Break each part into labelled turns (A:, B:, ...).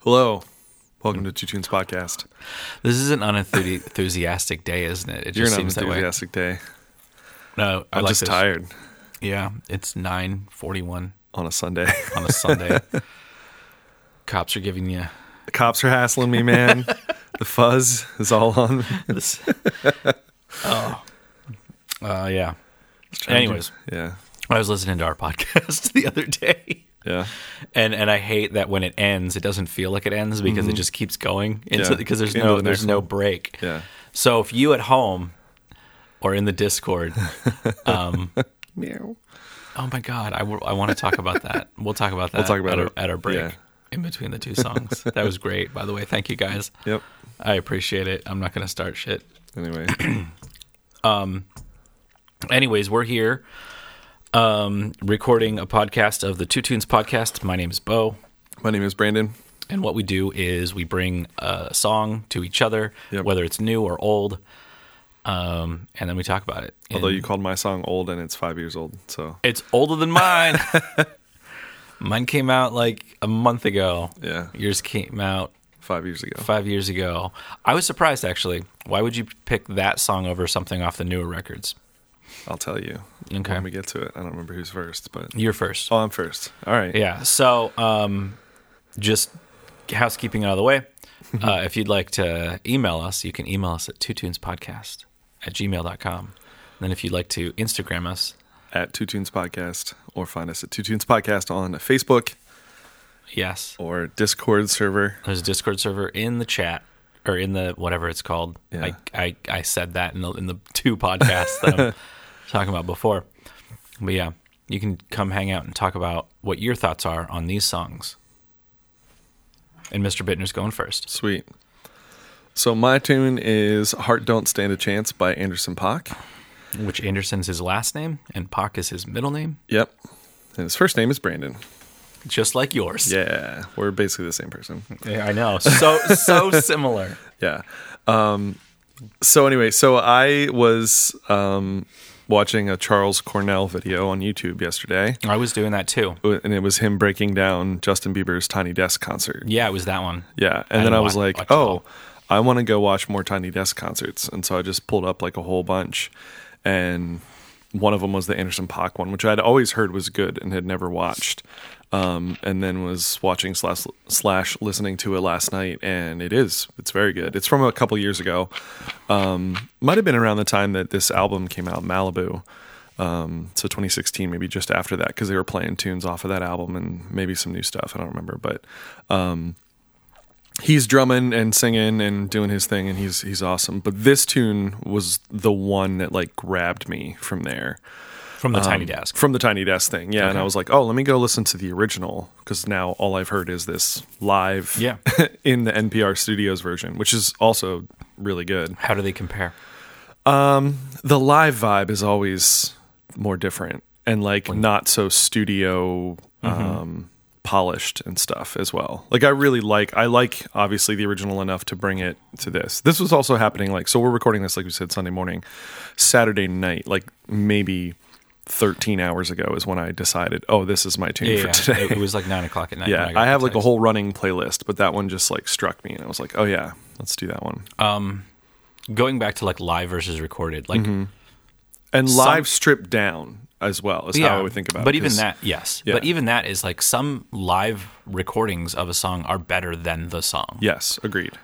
A: Hello. Welcome to Two Tunes Podcast.
B: This is an unenthusiastic day, isn't it? It
A: You're
B: just
A: an
B: seems that way.
A: enthusiastic day.
B: No, I
A: I'm
B: like
A: just
B: this.
A: tired
B: Yeah, it's nine forty-one
A: on a Sunday.
B: on a Sunday. Cops are giving you
A: the cops are hassling me, man. the fuzz is all on me.
B: this. oh, uh, yeah.
A: Trying to-
B: Anyways,
A: Yeah.
B: I was listening to our podcast the other day,
A: Yeah.
B: and and I hate that when it ends, it doesn't feel like it ends because it just keeps going into
A: Mm-hmm. Yeah.
B: because there's
A: Into
B: no
A: the
B: there's
A: next
B: no break.
A: Yeah.
B: So if you at home or in the Discord
A: Meow.
B: Oh my god, I, want to talk about that. We'll talk about that.
A: talk about
B: at our,
A: it.
B: at our break
A: Yeah.
B: in between the two songs. that was great, by the way. Thank you guys.
A: Yep.
B: I appreciate it. I'm not going to start shit.
A: Anyway.
B: Anyways, we're here um, recording a podcast of the Two Tunes podcast. My name is Bo,
A: My name is Brandon.
B: and what we do is we bring a song to each other,
A: Yep.
B: whether it's new or old, um, and then we talk about it.
A: Although
B: And
A: you called my song old and it's five years old. So
B: it's older than mine. mine came out like a month ago.
A: Yeah.
B: Yours came out
A: five years ago.
B: five years ago. I was surprised actually. Why would you pick that song over something off the newer records?
A: I'll tell you.
B: Okay.
A: When we get to it. I don't remember who's first, but
B: You're first.
A: Oh, I'm first. All right.
B: Yeah. So, um, just housekeeping out of the way. Uh, if you'd like to email us, you can email us at tunespodcast at gmail.com. And then if you'd like to Instagram us,
A: At Two Tunes Podcast or find us at Two Tunes Podcast on Facebook
B: yes,
A: or Discord server.
B: there's a Discord server in the chat or in the whatever it's called.
A: Yeah.
B: I, I, I said that in the, in the two podcasts that I'm talking about before. But yeah, you can come hang out and talk about what your thoughts are on these songs. And Mr. Bittner's going first.
A: Sweet. So my tune is Heart Don't Stand a Chance by Anderson Pock.
B: Which Anderson's his last name and Pock is his middle name,
A: Yep. And his first name is Brandon.
B: just like yours.
A: Yeah. We're basically the same person.
B: Yeah, I know. So so similar.
A: Yeah. Um so anyway, so I was um watching a Charles Cornell video on YouTube yesterday
B: I was doing that too.
A: and it was him breaking down Justin Bieber's Tiny Desk concert.
B: Yeah, it was that one.
A: Yeah, and then
B: didn't
A: I was
B: wa-
A: like,
B: watch it
A: "Oh,
B: all.
A: I want to go watch more Tiny Desk concerts." And so I just pulled up like a whole bunch, and one of them was the Anderson Paak one, which I'd always heard was good and had never watched. Um, and then was watching slash slash listening to it last night, and it is it's very good. It's from a couple years ago. Um, might have been around the time that this album came out, Malibu. Um, so 2016, maybe just after that, because they were playing tunes off of that album and maybe some new stuff. I don't remember, but he's drumming and singing and doing his thing and he's he's awesome but this tune was the one that like grabbed me from there
B: From the
A: um,
B: Tiny Desk.
A: from the tiny desk thing yeah and i was like oh let me go listen to the original because now all i've heard is this live
B: Yeah.
A: in the npr studios version which is also really good
B: How do they compare?
A: the live vibe is always more different and like not so studio
B: Mm-hmm.
A: um polished and stuff as well like i really like i like obviously the original enough to bring it to this this was also happening like so we're recording this like we said sunday morning saturday night like maybe 13 hours ago is when i decided oh this is my tune
B: Yeah,
A: for
B: yeah.
A: today
B: It, it was like nine o'clock at night.
A: yeah
B: when got
A: i have
B: the
A: like a
B: text.
A: whole running playlist but that one just like struck me and i was like oh yeah let's do that one
B: Uh, going back to like live versus recorded. Like
A: and live stripped down as well is how i would think about it
B: But even
A: 'cause-
B: that, yes.
A: Yeah.
B: But even that is like some live recordings of a song are better than the song.
A: Yes, agreed.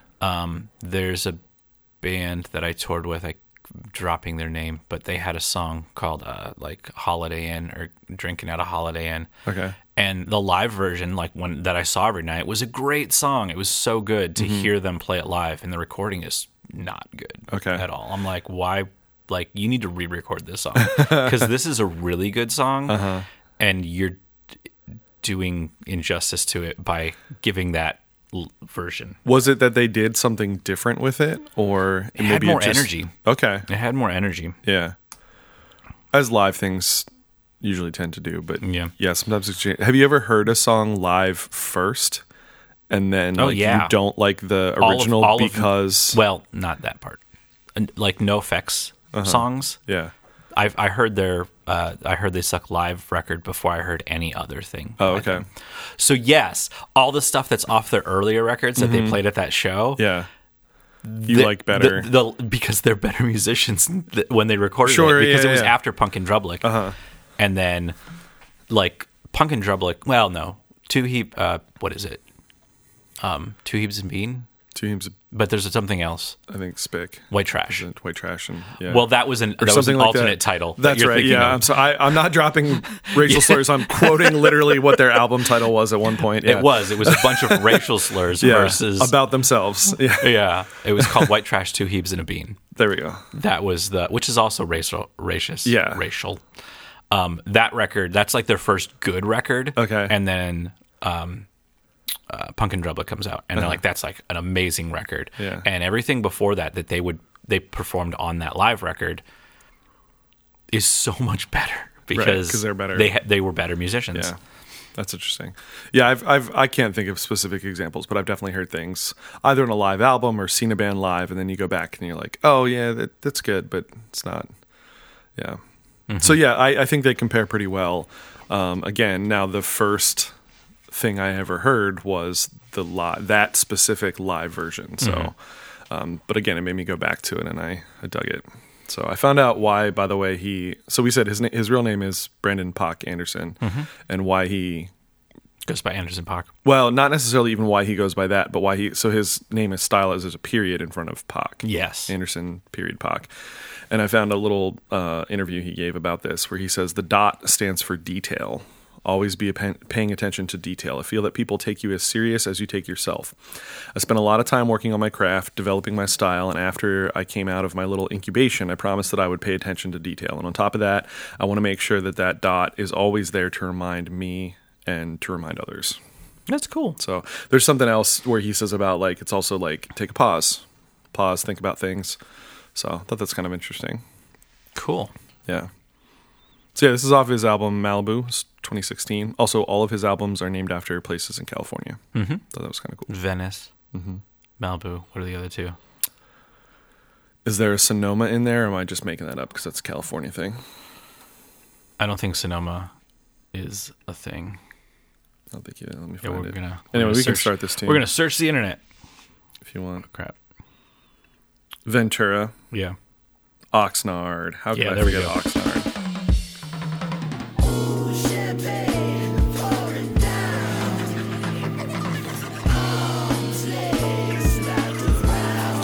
B: There's a band that I toured with, I dropping their name, but they had a song called uh, like Holiday Inn or Drinking at a Holiday Inn.
A: Okay.
B: And the live version, like one that I saw every night, was a great song. It was so good to hear them play it live, and the recording is not good
A: Okay.
B: at all. I'm like, why? Like, you need to re-record this song because this is a really good song,
A: Uh-huh.
B: and you're d- doing injustice to it by giving that l- version.
A: Was it that they did something different with it, or
B: had more energy.
A: Okay,
B: It had more energy.
A: yeah. As live things usually tend to do, but
B: Yeah.
A: yeah. Sometimes it's cha- have you ever heard a song live first, and then like,
B: Oh, yeah.
A: you don't like the
B: All of-
A: original
B: all of-
A: because Uh-huh.
B: Well, not that part. And, Like no effects songs.
A: yeah,
B: I I heard their uh, I heard they suck live record before I heard any other thing.
A: Oh, okay.
B: So yes, all the stuff that's off their earlier records that they played at that show.
A: Mm-hmm. Yeah. You
B: the-
A: like better.
B: the, the- because they're better musicians th- when they recorded
A: Sure,
B: it because
A: yeah,
B: it was
A: yeah. Uh-huh.
B: after Punk and Drublick, and then like Punk and Drublick. Well, no, two heap. Uh, what is it? Um, two heaps and bean.
A: Two teams,
B: But there's something else.
A: I think, spick.
B: White trash.
A: and White trash and yeah.
B: Well, that was an that was an
A: like
B: alternate
A: that.
B: title. that
A: That's
B: you're
A: right.
B: thinking
A: Yeah,
B: of.
A: I'm, so I, I'm not dropping racial slurs. I'm quoting literally what their album title was at one point. Yeah.
B: It was. It was a bunch of racial slurs
A: yeah.
B: versus.
A: about themselves. Yeah,
B: yeah. It was called White Trash, Two Hebes, and a Bean.
A: there we go.
B: That was the, which is also racial, racist.
A: Yeah.
B: Racial. Um, that record, that's like their first good record.
A: Okay.
B: And then um, uh, Punk and Drubla comes out. And they're like, that's like an amazing record.
A: Uh-huh. Yeah.
B: And everything before that that they would, they performed on that live record is so much better because
A: 'cause they're better.
B: They, ha- they were better musicians.
A: Yeah, that's interesting. Yeah, I've, I've I can't think of specific examples, but I've definitely heard things either in a live album or seen a band live, and then you go back and you're like, oh yeah, that, that's good, but it's not. Yeah. So yeah, I, I think they compare pretty well. Um, again, now the first thing I ever heard was the li- that specific live version. So, um, but again, it made me go back to it, and I, I dug it. So I found out why, by the way, he. So we said his na- his real name is Brandon Pock Anderson, and why he.
B: Goes by Anderson Park.
A: Well, not necessarily even why he goes by that, but why he. So his name is stylized as a period in front of Pock.
B: Yes.
A: Anderson period Pock. And I found a little uh, interview he gave about this where he says the dot stands for detail. Always be appen- paying attention to detail. I feel that people take you as serious as you take yourself. I spent a lot of time working on my craft, developing my style, and after I came out of my little incubation, I promised that I would pay attention to detail. And on top of that, I want to make sure that that dot is always there to remind me and to remind others.
B: That's cool.
A: So there's something else where he says about like it's also like take a pause, pause, think about things. So I thought that's kind of interesting.
B: Cool.
A: Yeah. So yeah, this is off his album Malibu, s- 2016. Also, all of his albums are named after places in California. Mm-hmm. Thought that was kind of cool.
B: Venice,
A: Mm-hmm.
B: Malibu. What are the other two?
A: Is there a Sonoma in there? Or am I just making that up because that's a California thing?
B: I don't think Sonoma is a thing.
A: I don't think you. Let me
B: Yeah,
A: find
B: we're
A: it.
B: gonna. we're
A: anyway,
B: gonna
A: we can
B: search-
A: start this too.
B: We're gonna search the internet.
A: if you want.
B: Crap.
A: Ventura,
B: Yeah.
A: Oxnard. How could
B: Yeah,
A: I
B: there we
A: forget
B: go.
A: Oxnard?
C: Champagne pouring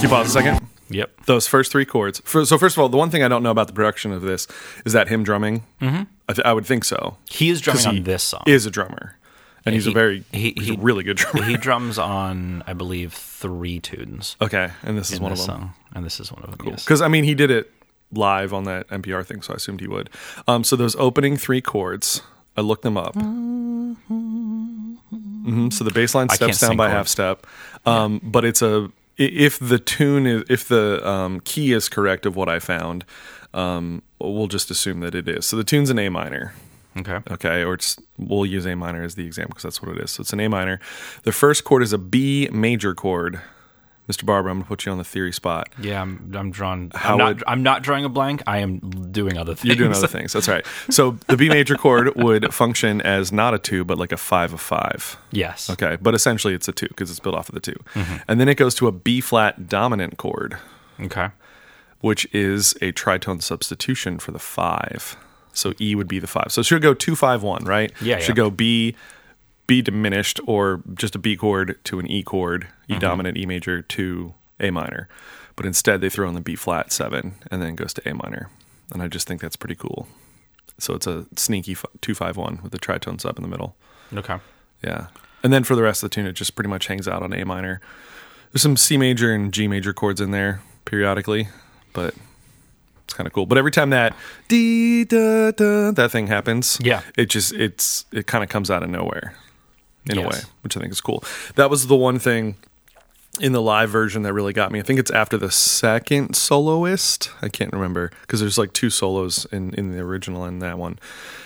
A: Keep on a second.
B: Yep.
A: those first three chords. For, so first of all, the one thing I don't know about the production of this is that him drumming. Mm-hmm. I, th- I would think so.
B: He is drumming
A: 'Cause
B: on
A: he
B: this song.
A: Is a drummer, and he's
B: he-
A: a very
B: he-
A: he's
B: he-
A: a really good drummer.
B: he drums on, I believe, three tunes
A: okay, and this is
B: in
A: one of
B: this
A: them.
B: song, and this is one of them. yes.
A: Because I mean, he did it live on that NPR thing, so I assumed he would. Um, so those opening three chords, I looked them up. Mhm, So the bass line
B: Mm-hmm. can't
A: steps down
B: sing
A: by
B: chords.
A: half step, um, but it's a i- if the tune is if the um, key is correct of what I found, um, we'll just assume that it is. So the tune's an A minor.
B: Okay.
A: Okay, or it's we'll use A minor as the example because that's what it is. So it's an A minor. The first chord is a B major chord. Mr. Barber, I'm gonna put you on the theory spot.
B: Yeah, I'm. I'm drawn.
A: How
B: I'm not,
A: would-
B: I'm not drawing a blank. I am doing other things.
A: You're doing other things. That's right. So the B major chord would function as not a two, but like a five of five.
B: Yes.
A: Okay, but essentially it's a two because it's built off of the 2 and then it goes to a B flat dominant chord,
B: Okay.
A: which is a tritone substitution for the five. So E would be the five. So it should go two five one, right?
B: Yeah,
A: Should
B: yeah.
A: go B, B diminished, or just a B chord to an E chord, E
B: Mm-hmm.
A: dominant, E major to A minor. But instead, they throw in the B flat seven, and then it goes to A minor. And I just think that's pretty cool. So it's a sneaky f- two five one with the tritone sub in the middle.
B: Okay.
A: Yeah. And then for the rest of the tune, it just pretty much hangs out on A minor. There's some C major and G major chords in there periodically, but it's kind of cool. But every time that dee, da, da, that thing happens,
B: Yeah.
A: it just it's it kind of comes out of nowhere in a
B: Yes.
A: way, which I think is cool. That was the one thing in the live version that really got me. I think it's after the second soloist. I can't remember because there's like two solos in in the original and that one.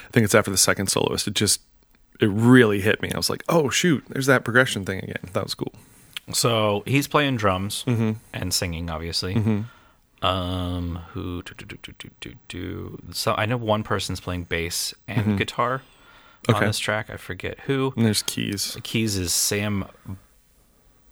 A: I think it's after the second soloist. It just it really hit me. I was like, "Oh shoot, there's that progression thing again." That was cool. Mm-hmm.
B: So he's playing drums and singing, obviously. Um, who do, do, do, do, do, do, do. So I know one person's playing bass and guitar on
A: Mm-hmm. Okay.
B: this track. I forget who.
A: And there's keys.
B: Keys is Sam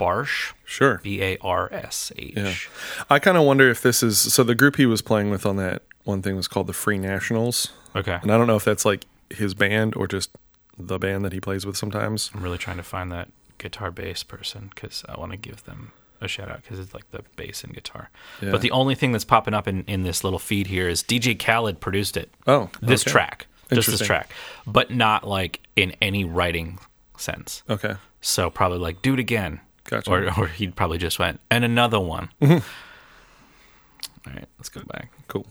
B: Barsh,
A: Sure.
B: B A R S H.
A: I kind of wonder if this is so the group he was playing with on that one thing was called the Free Nationals.
B: Okay,
A: And I don't know if that's like his band or just the band that he plays with sometimes.
B: I'm really trying to find that guitar bass person because I want to give them a shout out because it's like the bass and guitar.
A: Yeah.
B: But the only thing that's popping up in, in this little feed here is DJ Khaled produced it.
A: Oh,
B: this
A: okay.
B: track, just this
A: Interesting.
B: track, but not like in any writing sense.
A: Okay.
B: So probably like do it again,
A: Gotcha. Mm-hmm.
B: or or he probably just went and another one. All right, let's go back.
A: Cool.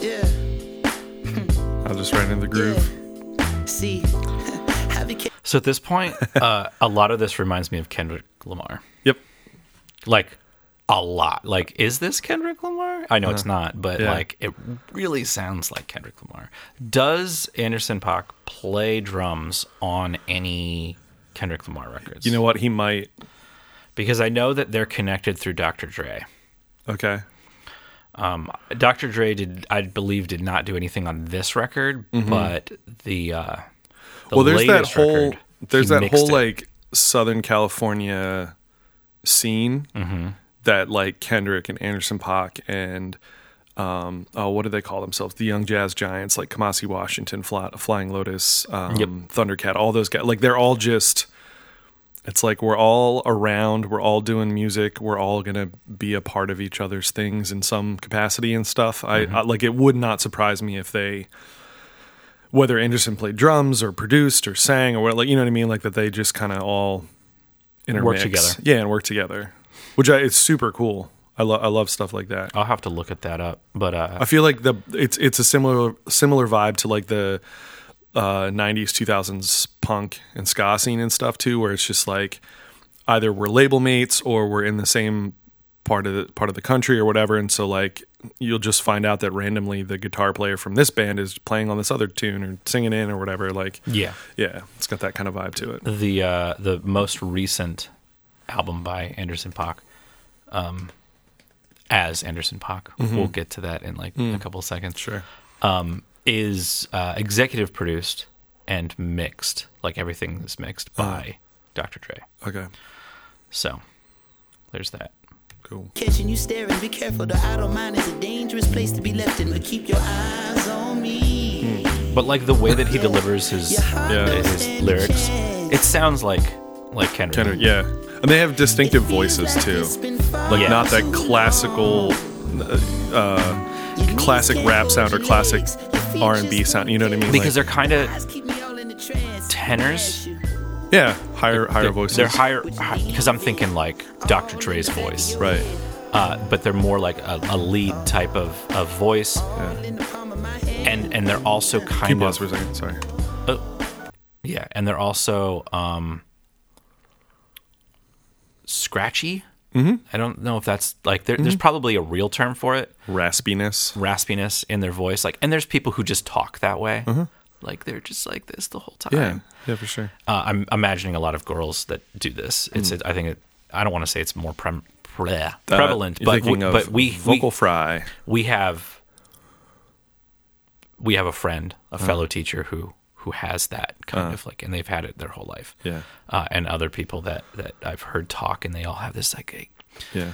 D: Yeah,
A: I'll just right into the groove.
D: yeah. See, have you ca-
B: So at this point, uh, a lot of this reminds me of Kendrick Lamar,
A: Yep.
B: like a lot. Like, is this Kendrick Lamar? I know it's not, but
A: Uh-huh. Yeah.
B: like it really sounds like Kendrick Lamar. Does Anderson Paak play drums on any Kendrick Lamar records?
A: You know what? He might.
B: because I know that they're connected through Dr. Dre.
A: Okay.
B: Dr. Dre did, I believe, did not do anything on this record, but the, uh, the
A: Mm-hmm. well, there's that
B: latest
A: whole
B: record,
A: there's
B: he
A: that
B: mixed
A: whole
B: it.
A: like Southern California scene
B: Mm-hmm.
A: that like Kendrick and Anderson Paak and um oh what do they call themselves the young jazz giants like Kamasi Washington Fly, Flying Lotus um
B: Yep.
A: Thundercat all those guys like they're all just it's like we're all around we're all doing music we're all going to be a part of each other's things in some capacity and stuff I, I like it would not surprise me if they whether Anderson played drums or produced or sang or what, like you know what I mean, like that they just kind of all intermix,
B: together.
A: yeah, and work together, which I, it's super cool. I love I love stuff like that.
B: I'll have to look at that up, but uh,
A: I feel like the it's it's a similar similar vibe to like the uh, '90s 2000s punk and ska scene and stuff too, where it's just like either we're label mates or we're in the same part of the part of the country or whatever, and so like you'll just find out that randomly the guitar player from this band is playing on this other tune or singing in or whatever. Like
B: yeah,
A: yeah, it's got that kind of vibe to it.
B: the uh, the most recent album by Anderson Pock, um, as Anderson Pock, we'll get to that in like a couple seconds.
A: Mm-hmm. Mm. Sure.
B: um, is uh, executive produced and mixed, like everything is mixed
A: Uh-huh.
B: by Dr. Dre.
A: Okay.
B: So there's that.
A: Cool.
D: catching you staring. Be careful, the idle mind is a dangerous place to be left in. But keep your eyes on me.
B: But like the way that he delivers his
A: Yeah.
B: his lyrics, it sounds like like Kendrick.
A: Kind of yeah, and they have distinctive voices too.
D: Like
A: Like
B: Yeah.
A: not that classical classic rap sound or classic R&B sound, you know what I mean?
B: Because
A: like-
B: they're kind of tenors.
D: tenors.
A: Yeah, higher higher
B: they're,
A: voices.
B: They're higher because I'm thinking like Dr. Dre's voice,
A: Right.
B: uh, but they're more like a, a lead type of, of voice, and and they're also kind
A: Keep
B: of
A: lost for a second. Sorry.
B: Yeah, and they're also um scratchy. Mm-hmm. I don't know if that's like there,
A: Mm-hmm.
B: there's probably a real term for it,
A: Raspiness.
B: raspiness in their voice. Like, and there's people who just talk that way, like they're just like this the whole time.
A: Mm-hmm. Yeah. Yeah, for sure.
B: Uh, I'm imagining a lot of girls that do this. It's it, I think it, I don't want to say it's more prem, bleh,
A: Mm. Uh,
B: prevalent,
A: you're
B: but
A: thinking
B: we,
A: of
B: but we
A: vocal
B: we,
A: fry.
B: we have we have a friend, a
A: Uh-huh.
B: fellow teacher who who has that kind of like, and they've had it their whole life.
A: Yeah.
B: uh, and other people that that I've heard talk, and they all have this like. eh.
A: Yeah.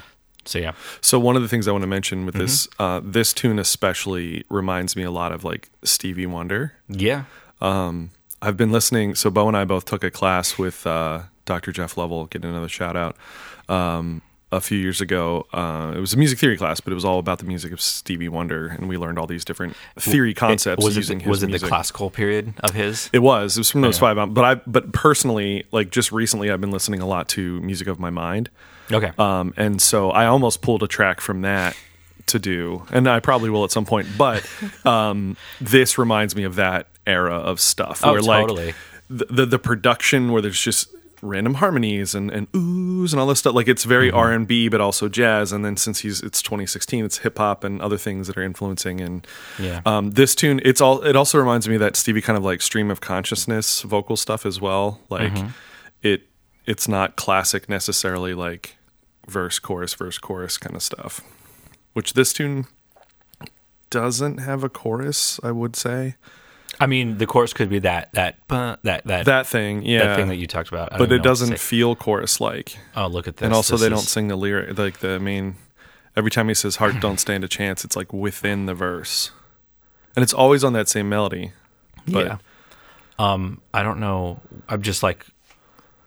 B: So yeah,
A: So one of the things I want to mention with this uh, this tune especially reminds me a lot of like Stevie Wonder.
B: yeah,
A: I've been listening. So Bo and I both took a class with uh, Dr. Jeff Lovell. Get another shout out. Um, a few years ago, uh, it was a music theory class, but it was all about the music of Stevie Wonder, and we learned all these different theory concepts
B: was
A: using
B: it
A: his
B: was it
A: music.
B: the classical period of his?
A: It was. It was from those five. albums. But I, but personally, like just recently, I've been listening a lot to music of my mind,
B: Okay,
A: um, and so I almost pulled a track from that to do, and I probably will at some point. But um, this reminds me of that era of stuff
B: Oh,
A: where like
B: totally.
A: the, the the production where there's just random harmonies and, and oohs and all this stuff. Like it's very
B: Mm-hmm.
A: R and B, but also jazz. And then since he's it's 2016, it's hip hop and other things that are influencing. And
B: Yeah.
A: um, this tune, it's all. It also reminds me of that Stevie kind of like stream of consciousness vocal stuff as well. Like
B: Mm-hmm.
A: it, it's not classic necessarily, like verse chorus verse chorus kind of stuff. Which this tune doesn't have a chorus, I would say.
B: I mean, the chorus could be that that that that that,
A: That thing, yeah,
B: thing that you talked about. I
A: but
B: don't
A: it
B: even know what to
A: doesn't
B: say.
A: feel chorus like.
B: oh, look at this.
A: and also
B: This
A: they
B: is-
A: don't sing the lyric like the I mean every time he says heart don't stand a chance it's like within the verse and it's always on that same melody but
B: yeah. Um, I don't know. I'm just like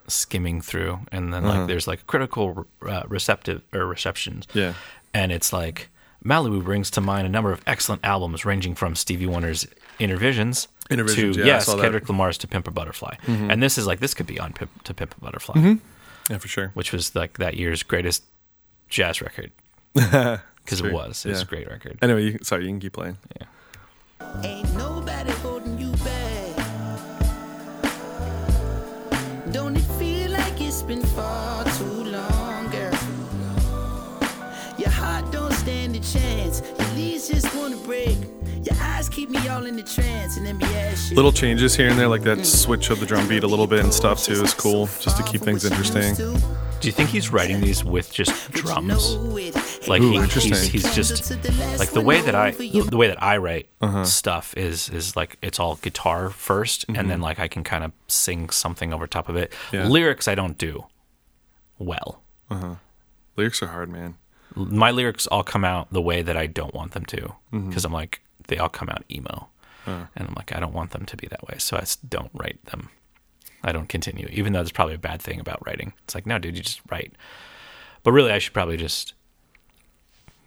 B: skimming through, and then
A: Uh-huh.
B: like there's like critical uh, receptive or receptions.
A: Yeah.
B: and it's like Malibu brings to mind a number of excellent albums, ranging from Stevie Wonder's Inner Visions
A: Inner Visions,
B: to
A: yeah, I
B: yes,
A: saw that. Mm-hmm.
B: Kendrick Lamar's To Pimp a Butterfly, and this is like this could be on Pimp, To Pimp a Butterfly,
A: yeah for sure
B: which was like that year's greatest jazz record because it was. It was
A: yeah.
B: a great record.
A: anyway you, sorry you can keep playing
D: Ain't nobody holding you back. Don't it feel like it's been far too long, girl? Your heart don't stand a chance. Your knees just wanna break. Your eyes keep me all in a trance, and let me ask you.
A: little changes here and there like that switch of the drum beat a little bit and stuff too is cool just to keep things interesting
B: Do you think he's writing these with just drums? like
A: Ooh,
B: he,
A: interesting.
B: he's, he's just like the way that I the way that I write
A: Uh-huh.
B: stuff is is like it's all guitar 1st and then like I can kind of sing something over top of it.
A: Mm-hmm. Yeah.
B: Lyrics I don't do well.
A: lyrics are hard man
B: My lyrics all come out the way that I don't want them to
A: Mm-hmm.
B: because I'm like they all come out emo, and I'm like I don't want them to be that way, so I just don't write them. I don't continue, even though that's probably a bad thing about writing. It's like no, dude, you just write. But really, I should probably just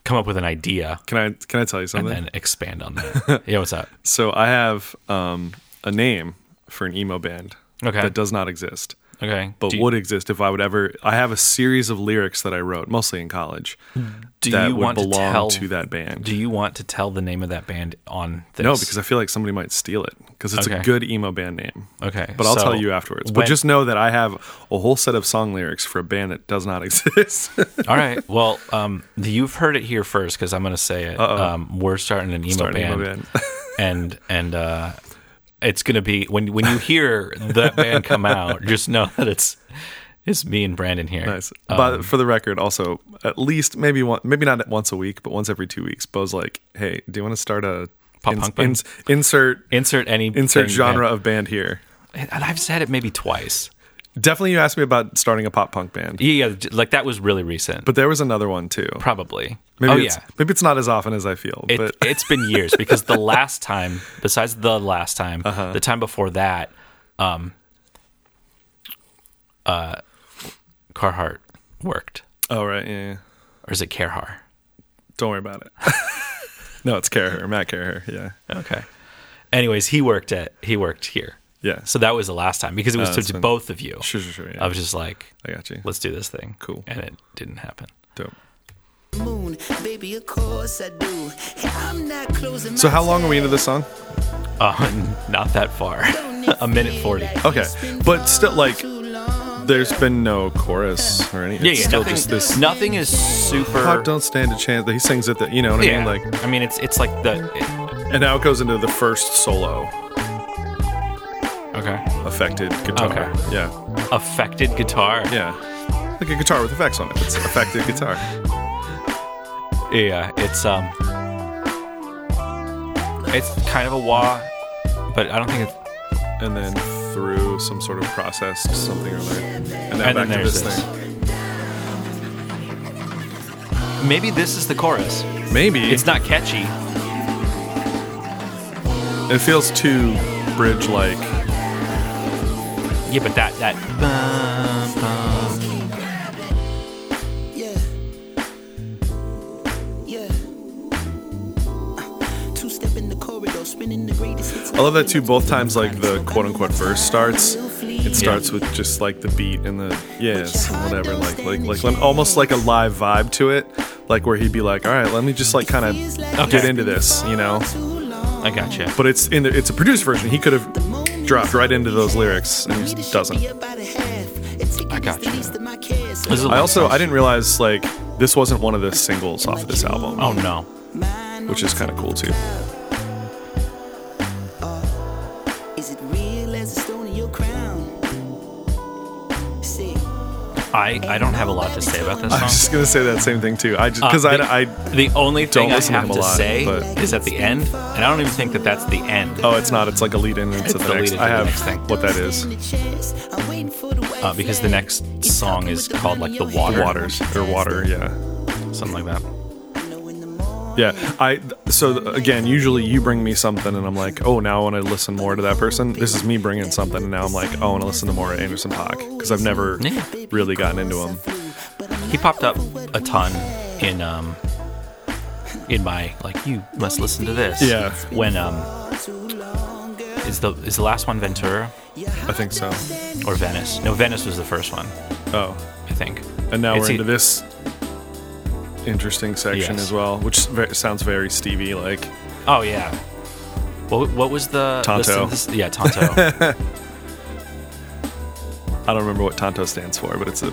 B: come up with an idea
A: can I can I tell you
B: and
A: something
B: then expand on that. yeah, what's up?
A: so I have um a name for an emo band
B: Okay.
A: that does not exist
B: Okay,
A: but
B: do, you-
A: would exist if I would ever I have a series of lyrics that I wrote mostly in college
B: do
A: that
B: you
A: would
B: want
A: belong
B: to tell
A: to that band.
B: Do you want to tell the name of that band on this?
A: No, because I feel like somebody might steal it because it's a
B: Okay.
A: good emo band name.
B: Okay,
A: But I'll
B: so
A: tell you afterwards. but
B: when-
A: just know that I have a whole set of song lyrics for a band that does not exist.
B: all right. Well, um, you've heard it here first because I'm going to say it. Um, we're starting an emo
A: Starting
B: band,
A: an emo band.
B: and and uh, it's going to be when when you hear that band come out, just know that it's it's me and Brandon here. Um,
A: nice. but for the record, also, at least maybe one, maybe not once a week, but once every two weeks, Bo's like, hey, do you want to start a
B: Pop punk band?
A: insert,
B: Insert any
A: insert
B: thing
A: genre
B: band.
A: of band here?
B: And I've said it maybe twice.
A: Definitely, you asked me about starting a pop punk band.
B: Yeah, yeah, like that was really recent.
A: But there was another one too.
B: probably.
A: Maybe
B: oh
A: it's,
B: yeah,
A: Maybe it's not as often as I feel.
B: It,
A: but
B: it's been years because the last time, besides the last time,
A: Uh-huh.
B: the time before that, um, uh, Carhartt worked,
A: all oh, right, yeah, yeah.
B: or is it Carhar?
A: Don't worry about it. no, it's Carher, Matt Carher. Yeah,
B: Okay. Anyways, he worked at he worked here.
A: yeah.
B: So that was the last time because it was
A: Oh,
B: to,
A: it's
B: to
A: been-
B: both of you.
A: Sure, sure, sure. Yeah.
B: I was just like,
A: I got you.
B: let's do this thing.
A: Cool.
B: And it didn't happen.
A: Dope.
D: Moon, baby, of course I do. Hey, I'm not closing
A: So
D: my
A: how long are we into this song?
B: Uh, not that far. A minute 40.
A: Okay, but still, like,
D: Too long.
A: there's been no chorus or anything.
B: Yeah,
A: It's
B: yeah
A: still
B: nothing,
A: just this.
B: nothing is super.
A: Fuck, don't stand a chance. He sings it. That you know what I
B: yeah.
A: mean. Like,
B: I mean, it's it's like the.
A: and now it goes into the first solo
B: okay.
A: affected guitar.
B: Okay.
A: Yeah,
B: affected guitar.
A: yeah. Like a guitar with effects on it. It's affected guitar.
B: Yeah, it's um, it's kind of a wah, but I don't think it's.
A: and then through some sort of process, something or other, and then
B: And
A: back
B: then
A: to
B: there's
A: this,
B: this.
A: thing.
B: Maybe this is the chorus.
A: Maybe
B: It's not catchy.
A: It feels too bridge like.
B: Yeah, but that that. bum, bum.
D: Yeah. Yeah. Two step in the corridor, spinning the greatest hits.
A: I love that too. Both times, like the quote unquote verse starts, it starts with just like the beat and the yes and whatever, like like like lem- almost like a live vibe to it, like where he'd be like, all right, let me just like kind of get
B: Okay.
A: into this, you know.
B: I gotcha.
A: But it's in the, it's a produced version. He could have dropped right into those lyrics and he just doesn't.
D: It's taking
B: got
D: the
B: you.
D: least of my cares.
B: This is-
A: I also I didn't realize like this wasn't one of the singles off of this album,
B: Oh no.
D: Mine
A: which
D: on
A: is
D: the
A: kind of cool too.
D: Is it real as a stone in your crown? See,
B: I, I don't have a lot to say about this
A: I was
B: song.
A: just gonna say that same thing too. I just
B: Uh,
A: because
B: the-
A: I, I
B: the only thing I
A: listen to
B: have
A: him a
B: to
A: lot,
B: say
A: but-
B: is at the end, and I don't even think that that's the end.
A: oh it's not it's like a lead in into
B: It's
A: the
B: the
A: next.
B: lead
A: I
B: into
A: have
B: the next thing.
A: what that is.
B: Uh, because the next song is called like the water,
A: Waters or water, yeah,
B: something like that.
A: yeah. I so again usually you bring me something and I'm like oh now I want to listen more to that person. This is me bringing something and now I'm like oh I want to listen to more Anderson Paak because I've never
B: Yeah.
A: really gotten into him.
B: He popped up a ton in um in my like you must listen to this.
A: Yeah.
B: When um is the is the last one Ventura
A: I think so.
B: or Venice? No, Venice was the first one,
A: Oh.
B: I think.
A: And now
B: It's
A: we're
B: e-
A: into this interesting section
B: Yes.
A: as well, which ve- sounds very Stevie like.
B: Oh yeah. What, what was the the
A: Tonto.
B: synthesis- yeah, Tonto.
A: I don't remember what Tonto stands for, but it's a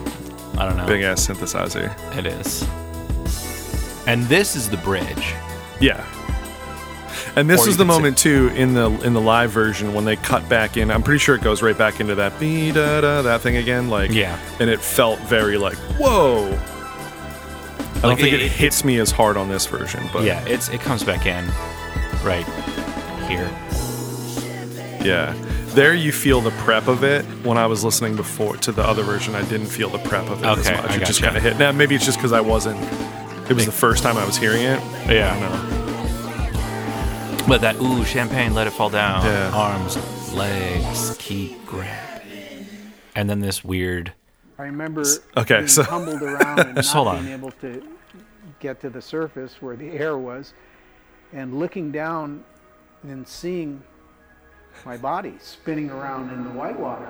B: I don't know.
A: big ass synthesizer.
B: It is. And this is the bridge.
A: Yeah. And this
B: Or
A: is
B: you
A: the
B: could say-
A: moment too in the in the live version when they cut back in. I'm pretty sure it goes right back into that be da da that thing again. Like
B: Yeah.
A: and it felt very like whoa. I
B: Like,
A: don't think
B: it-
A: it, hits me as hard on this version, but
B: yeah, it's it comes back in right here.
A: Yeah. There you feel the prep of it. When I was listening before to the other version, I didn't feel the prep of it
B: Okay,
A: as much.
B: I
A: it just
B: gotcha.
A: kind of hit. Now maybe it's just because I wasn't. It was the first time I was hearing it.
B: Yeah.
A: I don't know.
B: But that ooh, champagne, let it fall down.
A: Yeah.
B: Arms, legs, keep grabbing. And then this weird.
E: I remember
A: okay,
E: being
A: so-
E: tumbled around and not
B: Just hold
E: being
B: on.
E: able to get to the surface where the air was, and looking down and seeing my body spinning around in the whitewater.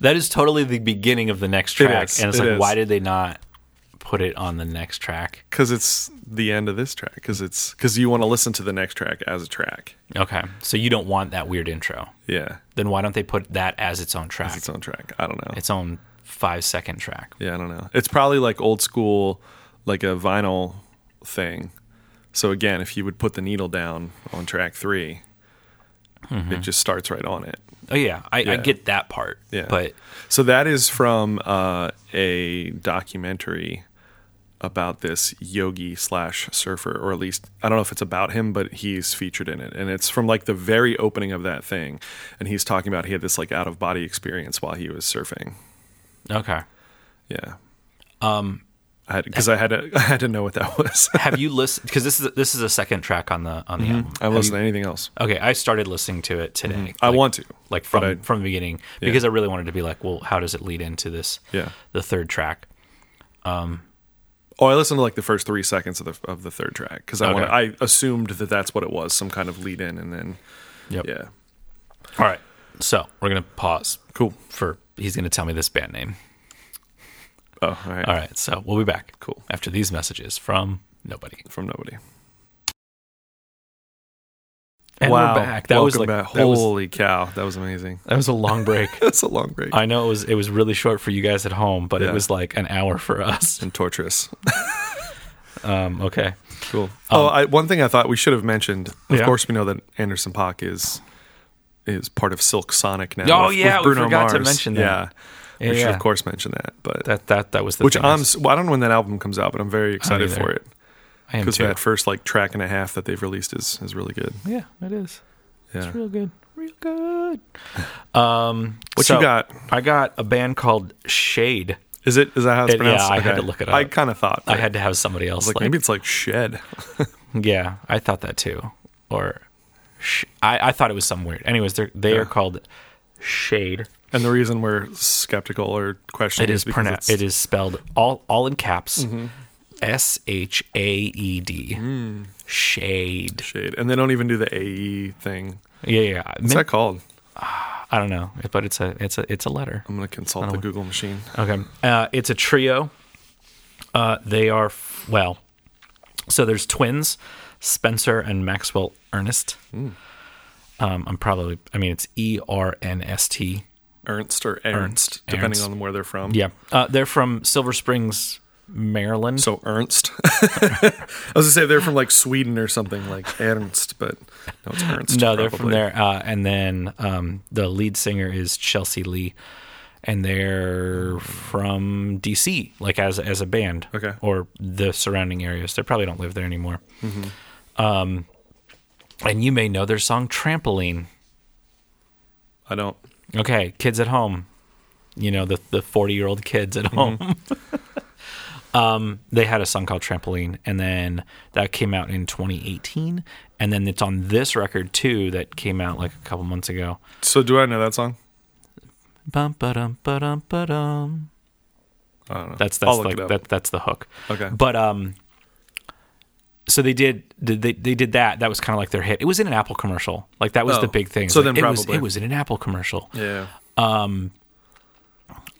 B: That is totally the beginning of the next track,
A: is,
B: and it's
A: it
B: like,
A: is.
B: why did they not put it on the next track?
A: Because it's the end of this track. Because it's because you want to listen to the next track as a track.
B: Okay, so you don't want that weird intro.
A: Yeah,
B: Then why don't they put that as its own track,
A: it's its own track. I don't know.
B: its own five second track?
A: yeah, I don't know. It's probably like old school, like a vinyl thing. So again, if you would put the needle down on track 3 it just starts right on it.
B: Oh yeah, I,
A: Yeah.
B: I get that part.
A: Yeah.
B: but
A: So that is from uh, a documentary about this yogi slash surfer, or at least I don't know if it's about him, but he's featured in it, and it's from like the very opening of that thing, and he's talking about he had this like out of body experience while he was surfing.
B: okay.
A: Yeah. Um. I had because I had to I had to know what that was.
B: Have you listened? Because this is this is a second track on the on the album.
A: Mm-hmm. I wasn't anything else.
B: Okay, I started listening to it today.
A: Mm-hmm. I
B: Like-
A: want to
B: like
A: but
B: from
A: I-
B: from the beginning because I really wanted to be like, well, how does it lead into this?
A: Yeah.
B: the third track.
A: Oh, I listened to like the first three seconds of the of the third track because I
B: Okay.
A: wanna I assumed that that's what it was, some kind of lead in, and then
B: Yep.
A: yeah,
B: All right. So we're gonna pause
A: cool.
B: for he's gonna tell me this band name.
A: Oh, all right.
B: All right. So we'll be back.
A: Cool.
B: After these messages from nobody.
A: From nobody.
B: And we're back. That was
A: Welcome
B: like
A: back.
B: that was,
A: holy cow, that was amazing.
B: that was a long break.
A: That's a long break
B: I know it was it was really short for you guys at home, but
A: Yeah.
B: it was like an hour for us.
A: and torturous.
B: Um, okay.
A: Cool. oh, I, one thing I thought we should have mentioned. Of
B: Um, Yeah.
A: course, we know that Anderson Pock is is part of Silk Sonic now.
B: Oh,
A: with-
B: yeah,
A: with
B: we
A: Bruno
B: forgot to
A: Mars.
B: mention that.
A: Yeah,
B: Yeah,
A: we should
B: yeah.
A: of course mention that. But
B: That that that was the
A: which
B: thing.
A: I'm s- well, I don't know when that album comes out, but I'm very excited
B: either.
A: for it
B: I am
A: because
B: too.
A: that first like track and a half that they've released is is really good.
B: yeah, it is.
A: Yeah.
B: It's real good. Real good. Um,
A: What
B: so
A: you got?
B: I got a band called Shade.
A: Is it is that how it's
B: It- yeah,
A: pronounced?
B: I had to look it
A: I
B: up.
A: kind of thought.
B: I
A: that.
B: had to have somebody
A: I
B: else.
A: was like, maybe it's like shed.
B: yeah, I thought that too. Or sh- I, I thought it was something weird. Anyways, they're they
A: Yeah.
B: are called Shade.
A: And the reason we're skeptical or questioning
B: It is
A: because
B: pronounced. Mm-hmm.
A: it's-
B: It is spelled all all in caps. S H A E D. Shade.
A: shade, and they don't even do the AE thing.
B: Yeah, yeah. yeah.
A: What's
B: Min-
A: that called?
B: I don't know, but it's a it's a it's a letter.
A: I'm gonna consult the Google machine.
B: Okay. Uh, it's a trio. Uh, they are, f- well, so there's twins, Spencer and Maxwell Mm. Ernest. Um, I'm probably, I mean, it's E R N S T
A: Ernst or Ernst, depending
B: Ernst.
A: on where they're from.
B: Yeah, uh, they're from Silver Springs, Maryland.
A: So Ernst. I was gonna say they're from like Sweden or something like Ernst, but no, it's Ernst.
B: no, they're from
A: probably.
B: there. Uh, and then um, the lead singer is Chelsea Lee, and they're from DC, like as as a band,
A: Okay.
B: or the surrounding areas. They probably don't live there anymore. Um,
A: Mm-hmm.
B: and you may know their song "Trampoline."
A: I don't.
B: Okay, kids at home. You know, the the 40 year old kids
A: Mm-hmm.
B: at home. um, they had a song called Trampoline, and then that came out in 2018. And then it's on this record, too, that came out like a couple months ago.
A: So do I know that song?
B: Bum, ba-dum, ba-dum, ba-dum.
A: I don't know.
B: That's
A: I'll
B: that's
A: look
B: like
A: it up.
B: that that's the hook.
A: Okay.
B: But um so they did did they they did that. That was kind of like their hit. It was in an Apple commercial. Like that was
A: Oh,
B: the big thing.
A: so
B: Like,
A: then
B: it was
A: probably.
B: it was in an Apple commercial.
A: Yeah.
B: Um,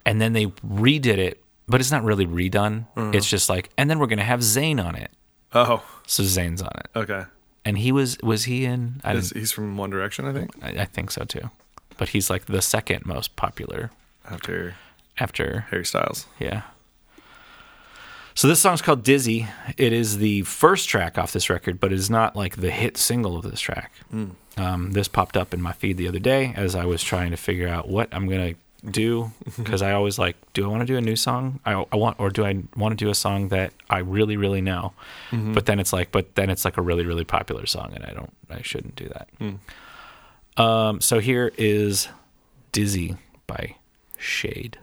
B: and then they redid it, but it's not really redone. It's just like, and then we're gonna have Zayn on it.
A: Oh.
B: So Zayn's on it,
A: Okay.
B: and he was was he in? I,
A: Is,
B: didn't,
A: he's from One Direction, I think.
B: I, I think so too, but he's like the second most popular
A: After
B: after
A: Harry Styles.
B: yeah. So this song's called Dizzy. It is the first track off this record, but it is not like the hit single of this track. Um, this popped up in my feed the other day as I was trying to figure out what I'm gonna do because I always like, do I want to do a new song? I, I want, or do I want to do a song that I really, really know? But then it's like, but then it's like a really, really popular song, and I don't, I shouldn't do that. Um, so here is Dizzy by Shade.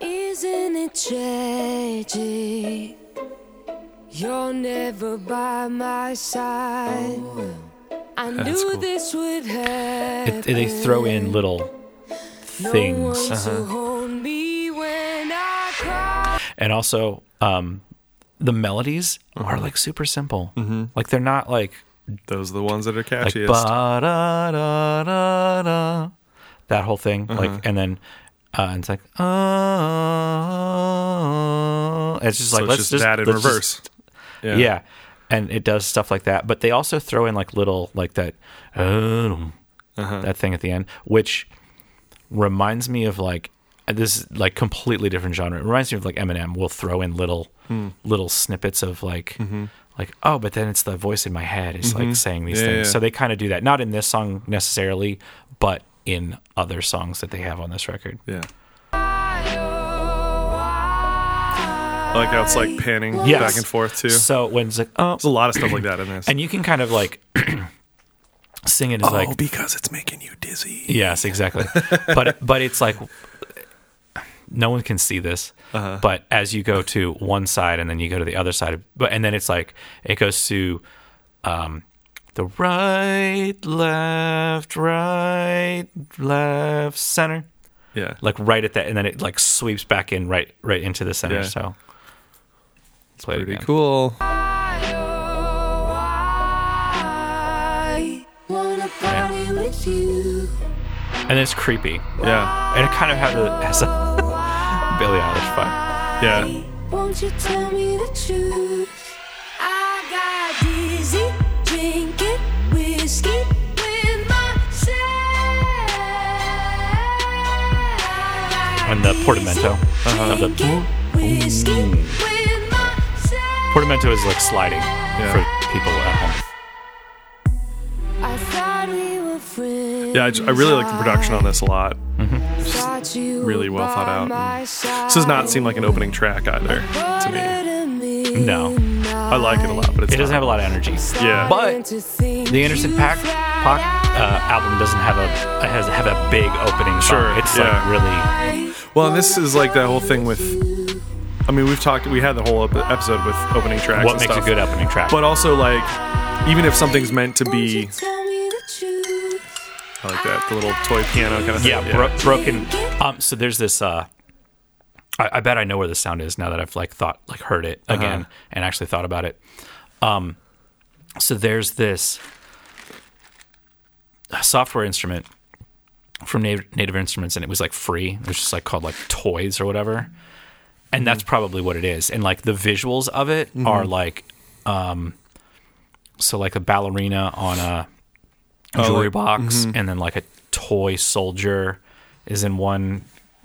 F: Isn't it tragic? You're never by my side.
B: Oh,
F: I
A: that's
F: knew
A: cool.
F: this would happen.
B: it, they throw in little
F: No
B: things
F: one to hold me when I cry.
B: and also um the melodies are like super simple
A: Mm-hmm.
B: like they're not like
A: Those are the ones that are
B: like
A: catchiest.
B: ba da da da da that whole thing
A: Uh-huh.
B: like and then uh, and it's like uh, it's just
A: so
B: like
A: it's
B: let's
A: just
B: just
A: that in
B: let's just-
A: reverse. yeah.
B: yeah. And it does stuff like that. But they also throw in like little, like that,
A: Uh-huh.
B: um, that thing at the end, which reminds me of like, this is like completely different genre. It reminds me of like Eminem will throw in little,
A: Hmm.
B: little snippets of like,
A: Mm-hmm.
B: like, oh, but then it's the voice in my head is like saying these
A: Yeah,
B: things.
A: yeah.
B: So they kind of do that. Not in this song necessarily, but in other songs that they have on this record.
A: Yeah.
F: I
A: I like how it's like panning
B: Yes.
A: back and forth too. There's
B: So when it's like, oh,
A: a lot of stuff like that in this.
B: and oh, you can kind of like sing it as like,
A: because it's making you dizzy.
B: Yes, exactly. but but it's like no one can see this.
A: Uh-huh.
B: But as you go to one side and then you go to the other side, but and then it's like it goes to um, the right, left, right, left, center,
A: Yeah.
B: like right at that, and then it like sweeps back in right right into the center.
A: Yeah.
B: So it's play it
A: Pretty
B: again.
A: cool.
F: wanna party with you.
B: and it's creepy,
A: Yeah.
B: and it kind of has a, has a
F: Oh,
B: Billie Eilish vibe.
A: Yeah.
F: Won't you tell me the truth? I got dizzy drinking whiskey with myself.
B: And the portamento.
F: Uh-huh.
B: Of the-
F: whiskey with myself.
B: Portamento is like sliding for people at home.
F: I thought we were friends.
A: Yeah. I, j- I really like the production on this a lot.
F: Thought you
A: really
F: were
A: well thought
F: by
A: out.
F: my
A: This does not
F: side.
A: seem like an opening track either to me.
F: Quarter to
B: No.
A: I like it a lot, but it's
B: It doesn't have a lot of energy.
A: Yeah.
B: But the Anderson Pack Pac, uh, album doesn't have a has have a big opening. song.
A: Sure,
B: it's
A: yeah.
B: like really
A: Well, and this is like that whole thing with. I mean, we've talked. We had the whole ep- episode with opening tracks.
B: what
A: and
B: makes
A: stuff.
B: a good opening track.
A: But also like, even if something's meant to be, I like that the little toy piano kind of thing.
B: yeah, Bro- broken. Um, so there's this. Uh, I, I bet I know where this sound is now that I've like thought like heard it again and actually thought about it. Um, so there's this software instrument from Native, Native Instruments, and it was like free. It was just like called like Toys or whatever, and that's probably what it is. And like the visuals of it are like, um, so like a ballerina on a
A: Oh,
B: jewelry box,
A: mm-hmm.
B: and then like a toy soldier is in one.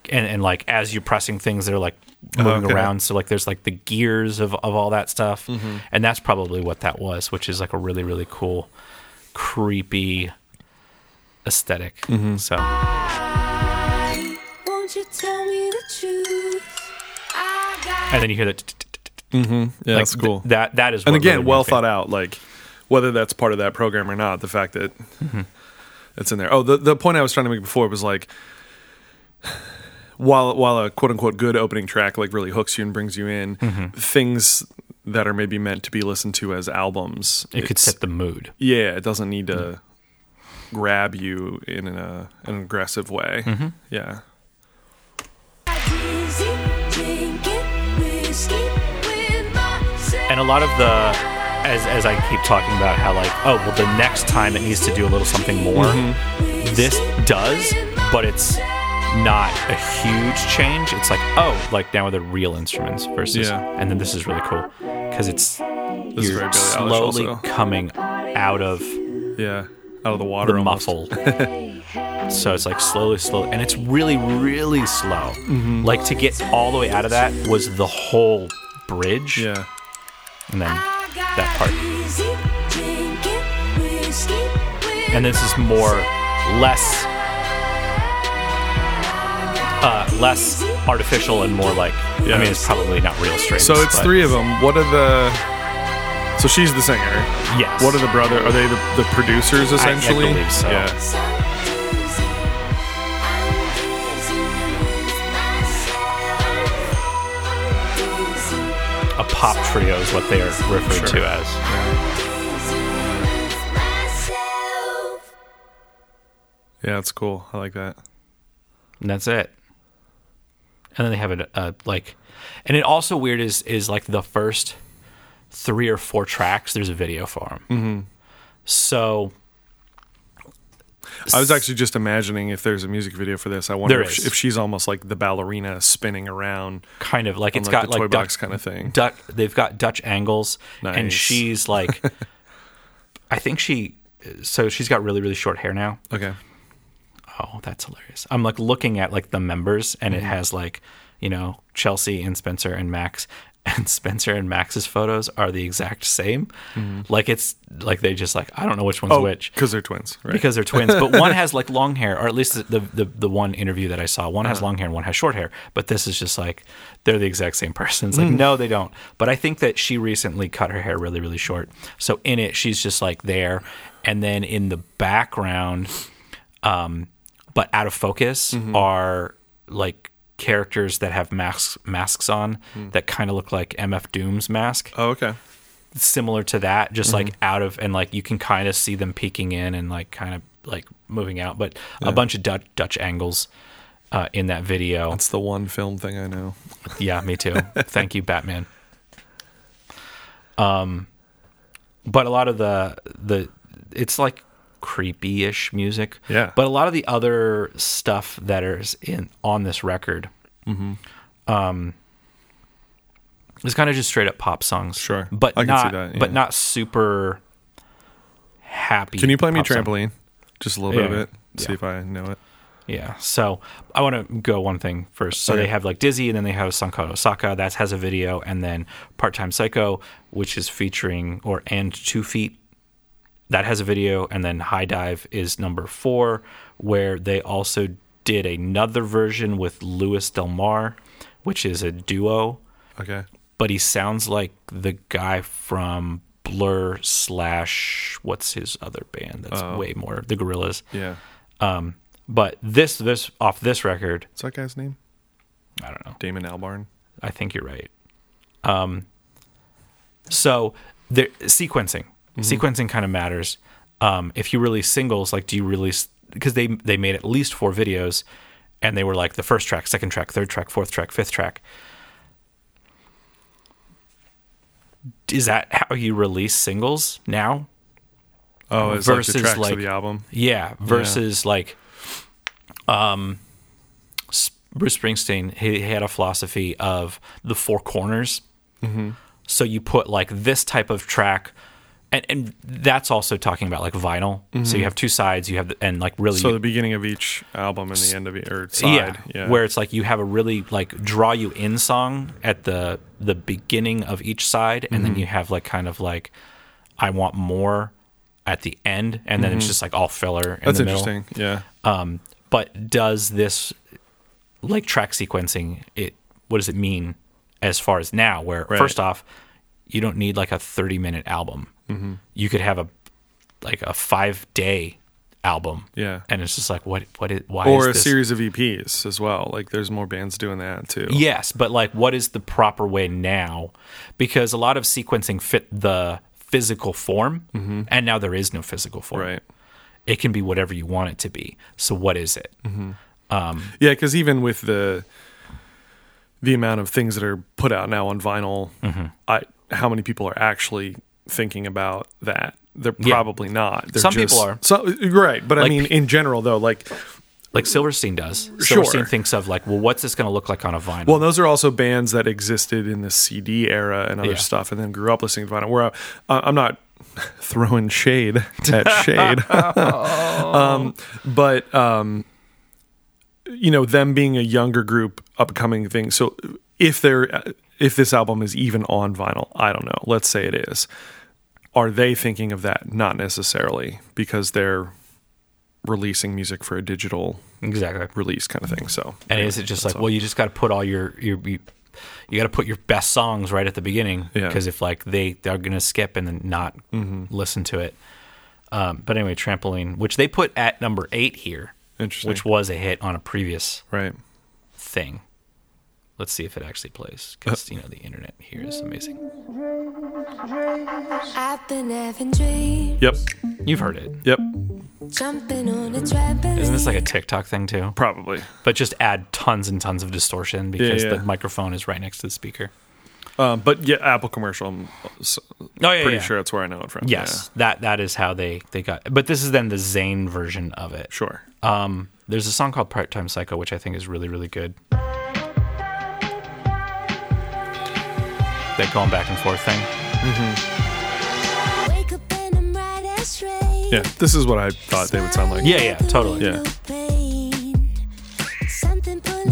B: And, and like as you're pressing things, they're like moving
A: Okay.
B: around. So like there's like the gears of, of all that stuff,
A: Mm-hmm.
B: and that's probably what that was, which is like a really really cool, creepy esthetic
A: Mm-hmm.
B: So
F: Won't you tell me the truth? I got
B: and then you hear that. t- t- t- t- t-
A: Yeah,
B: like,
A: that's cool.
B: th- that that is
A: and
B: what
A: again,
B: really
A: well
B: made me-
A: thought out. Like whether that's part of that program or not, the fact that it's in there. Oh, the the point I was trying to make before was like. While while a quote unquote good opening track like really hooks you and brings you in,
B: Mm-hmm.
A: things that are maybe meant to be listened to as albums,
B: It could
A: it's-
B: set the mood.
A: Yeah, it doesn't need to grab you in a, an aggressive way.
B: Mm-hmm.
A: Yeah.
F: dizzy drinking whiskey with myself.
B: and a lot of the as as I keep talking about how like oh well the next time it needs to do a little something more
A: Mm-hmm.
B: this does but it's not a huge change it's like oh like now they're real instruments versus
A: Yeah.
B: and then this is really cool because it's
A: This is very Billie
B: you're
A: Eilish
B: slowly
A: also.
B: coming out of
A: Yeah. Out of the water
B: the
A: almost.
B: muffle so it's like slowly slowly and it's really really slow
A: Mm-hmm.
B: like to get all the way out of that was the whole bridge
A: Yeah.
B: and then
F: that
B: that part. and this is more less uh, less artificial and more like I mean it's probably not real strings.
A: So it's
B: but
A: three of them. What are the. So she's the singer.
B: Yes.
A: What are the brother? Are they the, the producers essentially?
B: believe so.
A: Yeah.
B: a pop trio is what they are referred to as.
A: Yeah, it's cool. I like that.
B: And that's it. And then they have a, a like, and it also weird is is like the first three or four tracks. There's a video for them. Mm-hmm. So
A: I was actually just imagining if there's a music video for this. I wonder
B: There
A: if,
B: is.
A: if she's almost like the ballerina spinning around.
B: kind of like
A: on,
B: it's
A: like,
B: got
A: the
B: like
A: toy
B: duck-
A: box kinda thing.
B: Duck, they've got Dutch angles, and
A: Nice.
B: she's like, I think she, so she's got really really short hair now.
A: Okay.
B: Oh, that's hilarious. I'm like looking at like the members, and it has like you know Chelsea and Spencer and Max, and Spencer and Max's photos are the exact same. Like it's like they just like I don't know which
A: Oh,
B: one's which
A: Because they're twins, right?
B: because they're twins. But one has like long hair, or at least the the, the one interview that I saw, one has long hair and one has short hair. But this is just like they're the exact same person. It's like no, they don't. But I think that she recently cut her hair really really short. So in it, she's just like there, and then in the background, um, but out of focus are like characters that have masks masks on that kind of look like MF Doom's mask
A: oh, okay.
B: similar to that, just like out of and like you can kind of see them peeking in and like kind of like moving out, but a bunch of Dutch Dutch angles uh, in that video.
A: That's the one film thing I know.
B: yeah, me too. Thank you, Batman. Um, but a lot of the the it's like creepy-ish music.
A: Yeah.
B: But a lot of the other stuff that is in on this record.
A: Mm-hmm.
B: Um, is kind of just straight up pop songs,
A: Sure.
B: but
A: I can see
B: not,
A: that,
B: but
A: yeah.
B: not super happy.
A: Can you play me
B: pop song.
A: Trampoline? Just a little bit
B: Yeah.
A: of it. See
B: Yeah.
A: if I know it.
B: Yeah. So I want to go one thing first. So they
A: Okay.
B: have like Dizzy, and then they have Sanko Osaka that has a video, and then Part Time Psycho, which is featuring or and Two Feet, that has a video, and then High Dive is number four, where they also did another version with Louis Del Mar, which is a duo,
A: Okay.
B: but he sounds like the guy from Blur slash what's his other band that's way more the Gorillas.
A: Yeah.
B: But this this off this record,
A: What's that guy's name?
B: I don't know.
A: Damon Albarn.
B: I think you're right. Um, so there, sequencing, sequencing kind of matters. Um, if you release singles, like, do you release because they they made at least four videos, and they were like the first track, second track, third track, fourth track, fifth track. Is that how you release singles now?
A: Oh, it's
B: Versus,
A: like the tracks
B: like-
A: of the album.
B: Yeah, versus like um S- Bruce Springsteen he, he had a philosophy
A: Mm-hmm.
B: of the four corners. So you put like this type of track and, and that's also talking about like vinyl. So you have two sides. You have the, and like really
A: Mm-hmm. So the beginning of each album and the end of it, or side, yeah,
B: where it's like you have a really like draw you in song at the the beginning of each side, and
A: Mm-hmm.
B: then you have like kind of like I want more at the end, and then it's just like all filler. In
A: Mm-hmm. that's
B: the middle.
A: interesting. Yeah,
B: Um, but does this like track sequencing? It what does it mean as far as now? Where
A: Right.
B: first off, you don't need like a thirty minute album.
A: Mm-hmm.
B: You could have a like a five day album.
A: Yeah.
B: and it's just like what what is why is
A: or a
B: this?
A: series of EPs as well. Like there's more bands doing that too.
B: Yes, but like, what is the proper way now? Because a lot of sequencing fit the physical form, and now there is no physical form.
A: Mm-hmm. Right.
B: It can be whatever you want it to be. So, what is it?
A: Yeah, because even with the the amount of things that are put out now on vinyl,
B: Mm-hmm.
A: I how many people are actually thinking about that? They're
B: Yeah.
A: probably not. They're
B: Some
A: just-
B: people are.
A: So, right, but I
B: Like-
A: mean, in general, though, like
B: Like Silverstein does.
A: Sure.
B: Silverstein thinks of like, well, what's this going to look like on a vinyl?
A: Well, those are also bands that existed in the CD era and other
B: Yeah.
A: stuff, and then grew up listening to vinyl. Where I, I- I'm not throwing shade at shade, um, but um, you know, them being a younger group, upcoming thing. So if they're uh, if this album is even on vinyl, I don't know. Let's say it is. Are they thinking of that? Not necessarily, because they're releasing music for a digital
B: exactly.
A: release kind of thing. So,
B: And is it just like, well, you just got to put all your your you, you got to put your best songs right at the beginning
A: Yeah. Mm-hmm.
B: because if like they they're gonna skip and then not listen to it. Um, but anyway, trampoline, which they put at number eight here,
A: Interesting.
B: which was a hit on a previous
A: right?
B: thing. Let's see if it actually plays because
A: Uh.
B: you know the internet here is amazing.
F: I've been having dreams,
A: Yep.
B: You've heard it.
A: Yep.
F: jumping on a trampoline.
B: Isn't this like a TikTok thing too?
A: Probably.
B: But just add tons and tons of distortion because
A: yeah.
B: the microphone is right next to the speaker.
A: Um, but yeah, Apple commercial. I'm s-
B: Oh yeah,
A: pretty
B: yeah.
A: sure that's where I know it from.
B: Yes, that that is how they they got. But this is then the Zane version of it.
A: Yeah. Sure.
B: Um, there's a song called Part Time Psycho, which I think is really really good. That going back and forth thing.
F: Wake up and I'm right as straight.
A: Yeah. This is what I thought they would sound like.
B: Yeah, yeah, totally.
A: Yeah.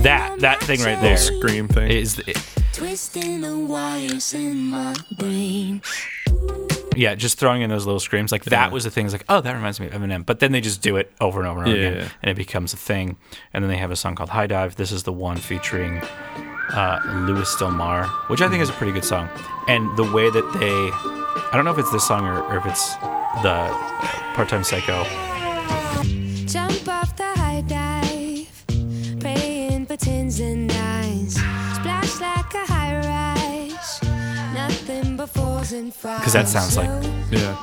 B: That- that thing right there.
A: Little scream thing.
B: Is it,
F: Twisting the wires in my brain.
B: yeah, just throwing in those little screams like that was the thing. It's like, oh, that reminds me of Eminem. But then they just do it over and over and over
A: Yeah,
B: again,
A: yeah.
B: and it becomes a thing. And then they have a song called High Dive. This is the one featuring uh, Louis Del Mar, which I think is a pretty good song. And the way that they, I don't know if it's this song or, or if it's the Part Time Psycho.
F: Jump off the high dive. Praying for tens and nines. Splash like a high rise. Nothing but fours and fives.
B: Because that sounds like-
A: Yeah.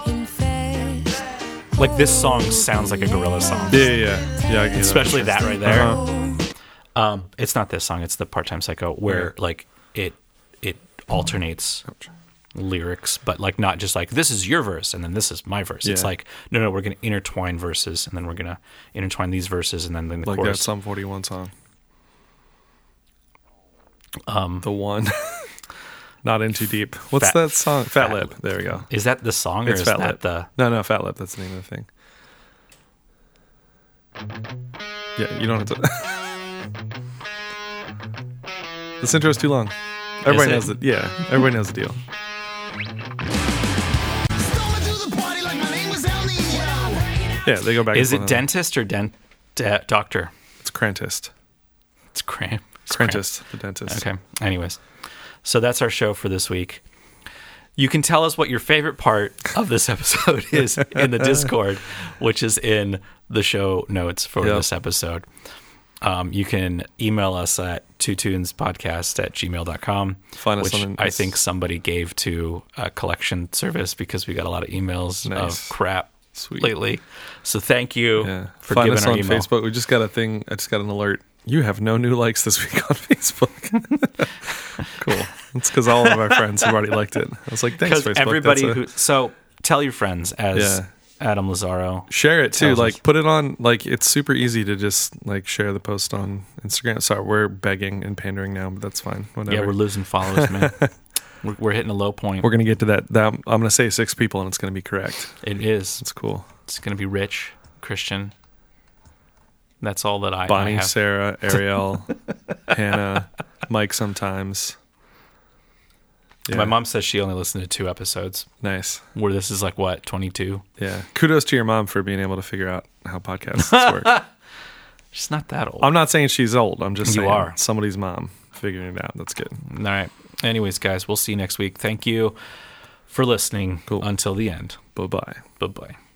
B: Like this song sounds like a gorilla song,
A: Yeah. Yeah. Yeah. yeah I get it.
B: especially that right there.
F: Uh-huh.
B: Um, it's not this song; it's the Part Time Psycho, where
A: Right.
B: like it it alternates lyrics, but like not just like this is your verse and then this is my verse. It's
A: Yeah.
B: like no, no, we're gonna intertwine verses and then we're gonna intertwine these verses and then, then the
A: like that
B: chorus.
A: Psalm 41 song. Um, the one. Not in too deep. What's
B: Fat-
A: that song? Fat,
B: Fat
A: Lip.
B: Lip.
A: There we go.
B: Is that the song or
A: It's
B: is
A: Fat
B: that
A: Lip.
B: the?
A: No, no, Fat Lip. That's the name of the thing. Yeah, you don't have to. this intro's too long. Everybody
B: it?
A: knows it. Yeah, everybody knows the deal.
G: Stumble through the party like my name was El Nino.
A: Yeah, they go back.
B: Is
A: and
B: it
A: forth.
B: dentist or dent de- doctor?
A: It's Crantist.
B: It's cramp. It's cramp.
A: Crantist, the dentist.
B: Okay. Anyways, so that's our show for this week. You can tell us what your favorite part of this episode is in the Discord, which is in the show notes for
A: Yep.
B: this episode. Um, you can email us at two tunes podcast at gmail.com.
A: Find us
B: which
A: on-
B: I think somebody gave to a collection service because we got a lot of emails
A: Nice.
B: of crap
A: Sweet.
B: lately. So thank you
A: Yeah.
B: for
A: Find
B: giving
A: us
B: our
A: on
B: email.
A: Facebook. We just got a thing. I just got an alert. You have no new likes this week on Facebook. cool. It's because all of our friends have already liked it. I was like, thanks,
B: Because
A: Facebook.
B: everybody
A: That's a-
B: who so tell your friends as
A: Yeah.
B: Adam Lazaro
A: share it too.
B: tells
A: Like,
B: us.
A: put it on. Like, it's super easy to just like share the post on Instagram. Sorry, we're begging and pandering now, but that's fine. Whatever.
B: Yeah, we're losing followers, man. We're, we're hitting a low point.
A: We're gonna get to that. That I'm gonna say six people, and it's gonna be correct.
B: It is.
A: It's cool.
B: It's going to be Rich, Christian. That's all that I, I
A: Bonnie,
B: have.
A: Sarah, Ariel, Hannah, Mike. Sometimes. Yeah,
B: My mom says she only listened to two episodes,
A: Nice.
B: where this is like, what, 22?
A: Yeah. Kudos to your mom for being able to figure out how podcasts work.
B: She's not that old.
A: I'm not saying she's old. I'm just
B: You
A: saying
B: are.
A: somebody's mom figuring it out. That's good.
B: All right. Anyways, guys, we'll see you next week. Thank you for listening
A: Cool.
B: until the end.
A: Bye bye.
B: Bye bye.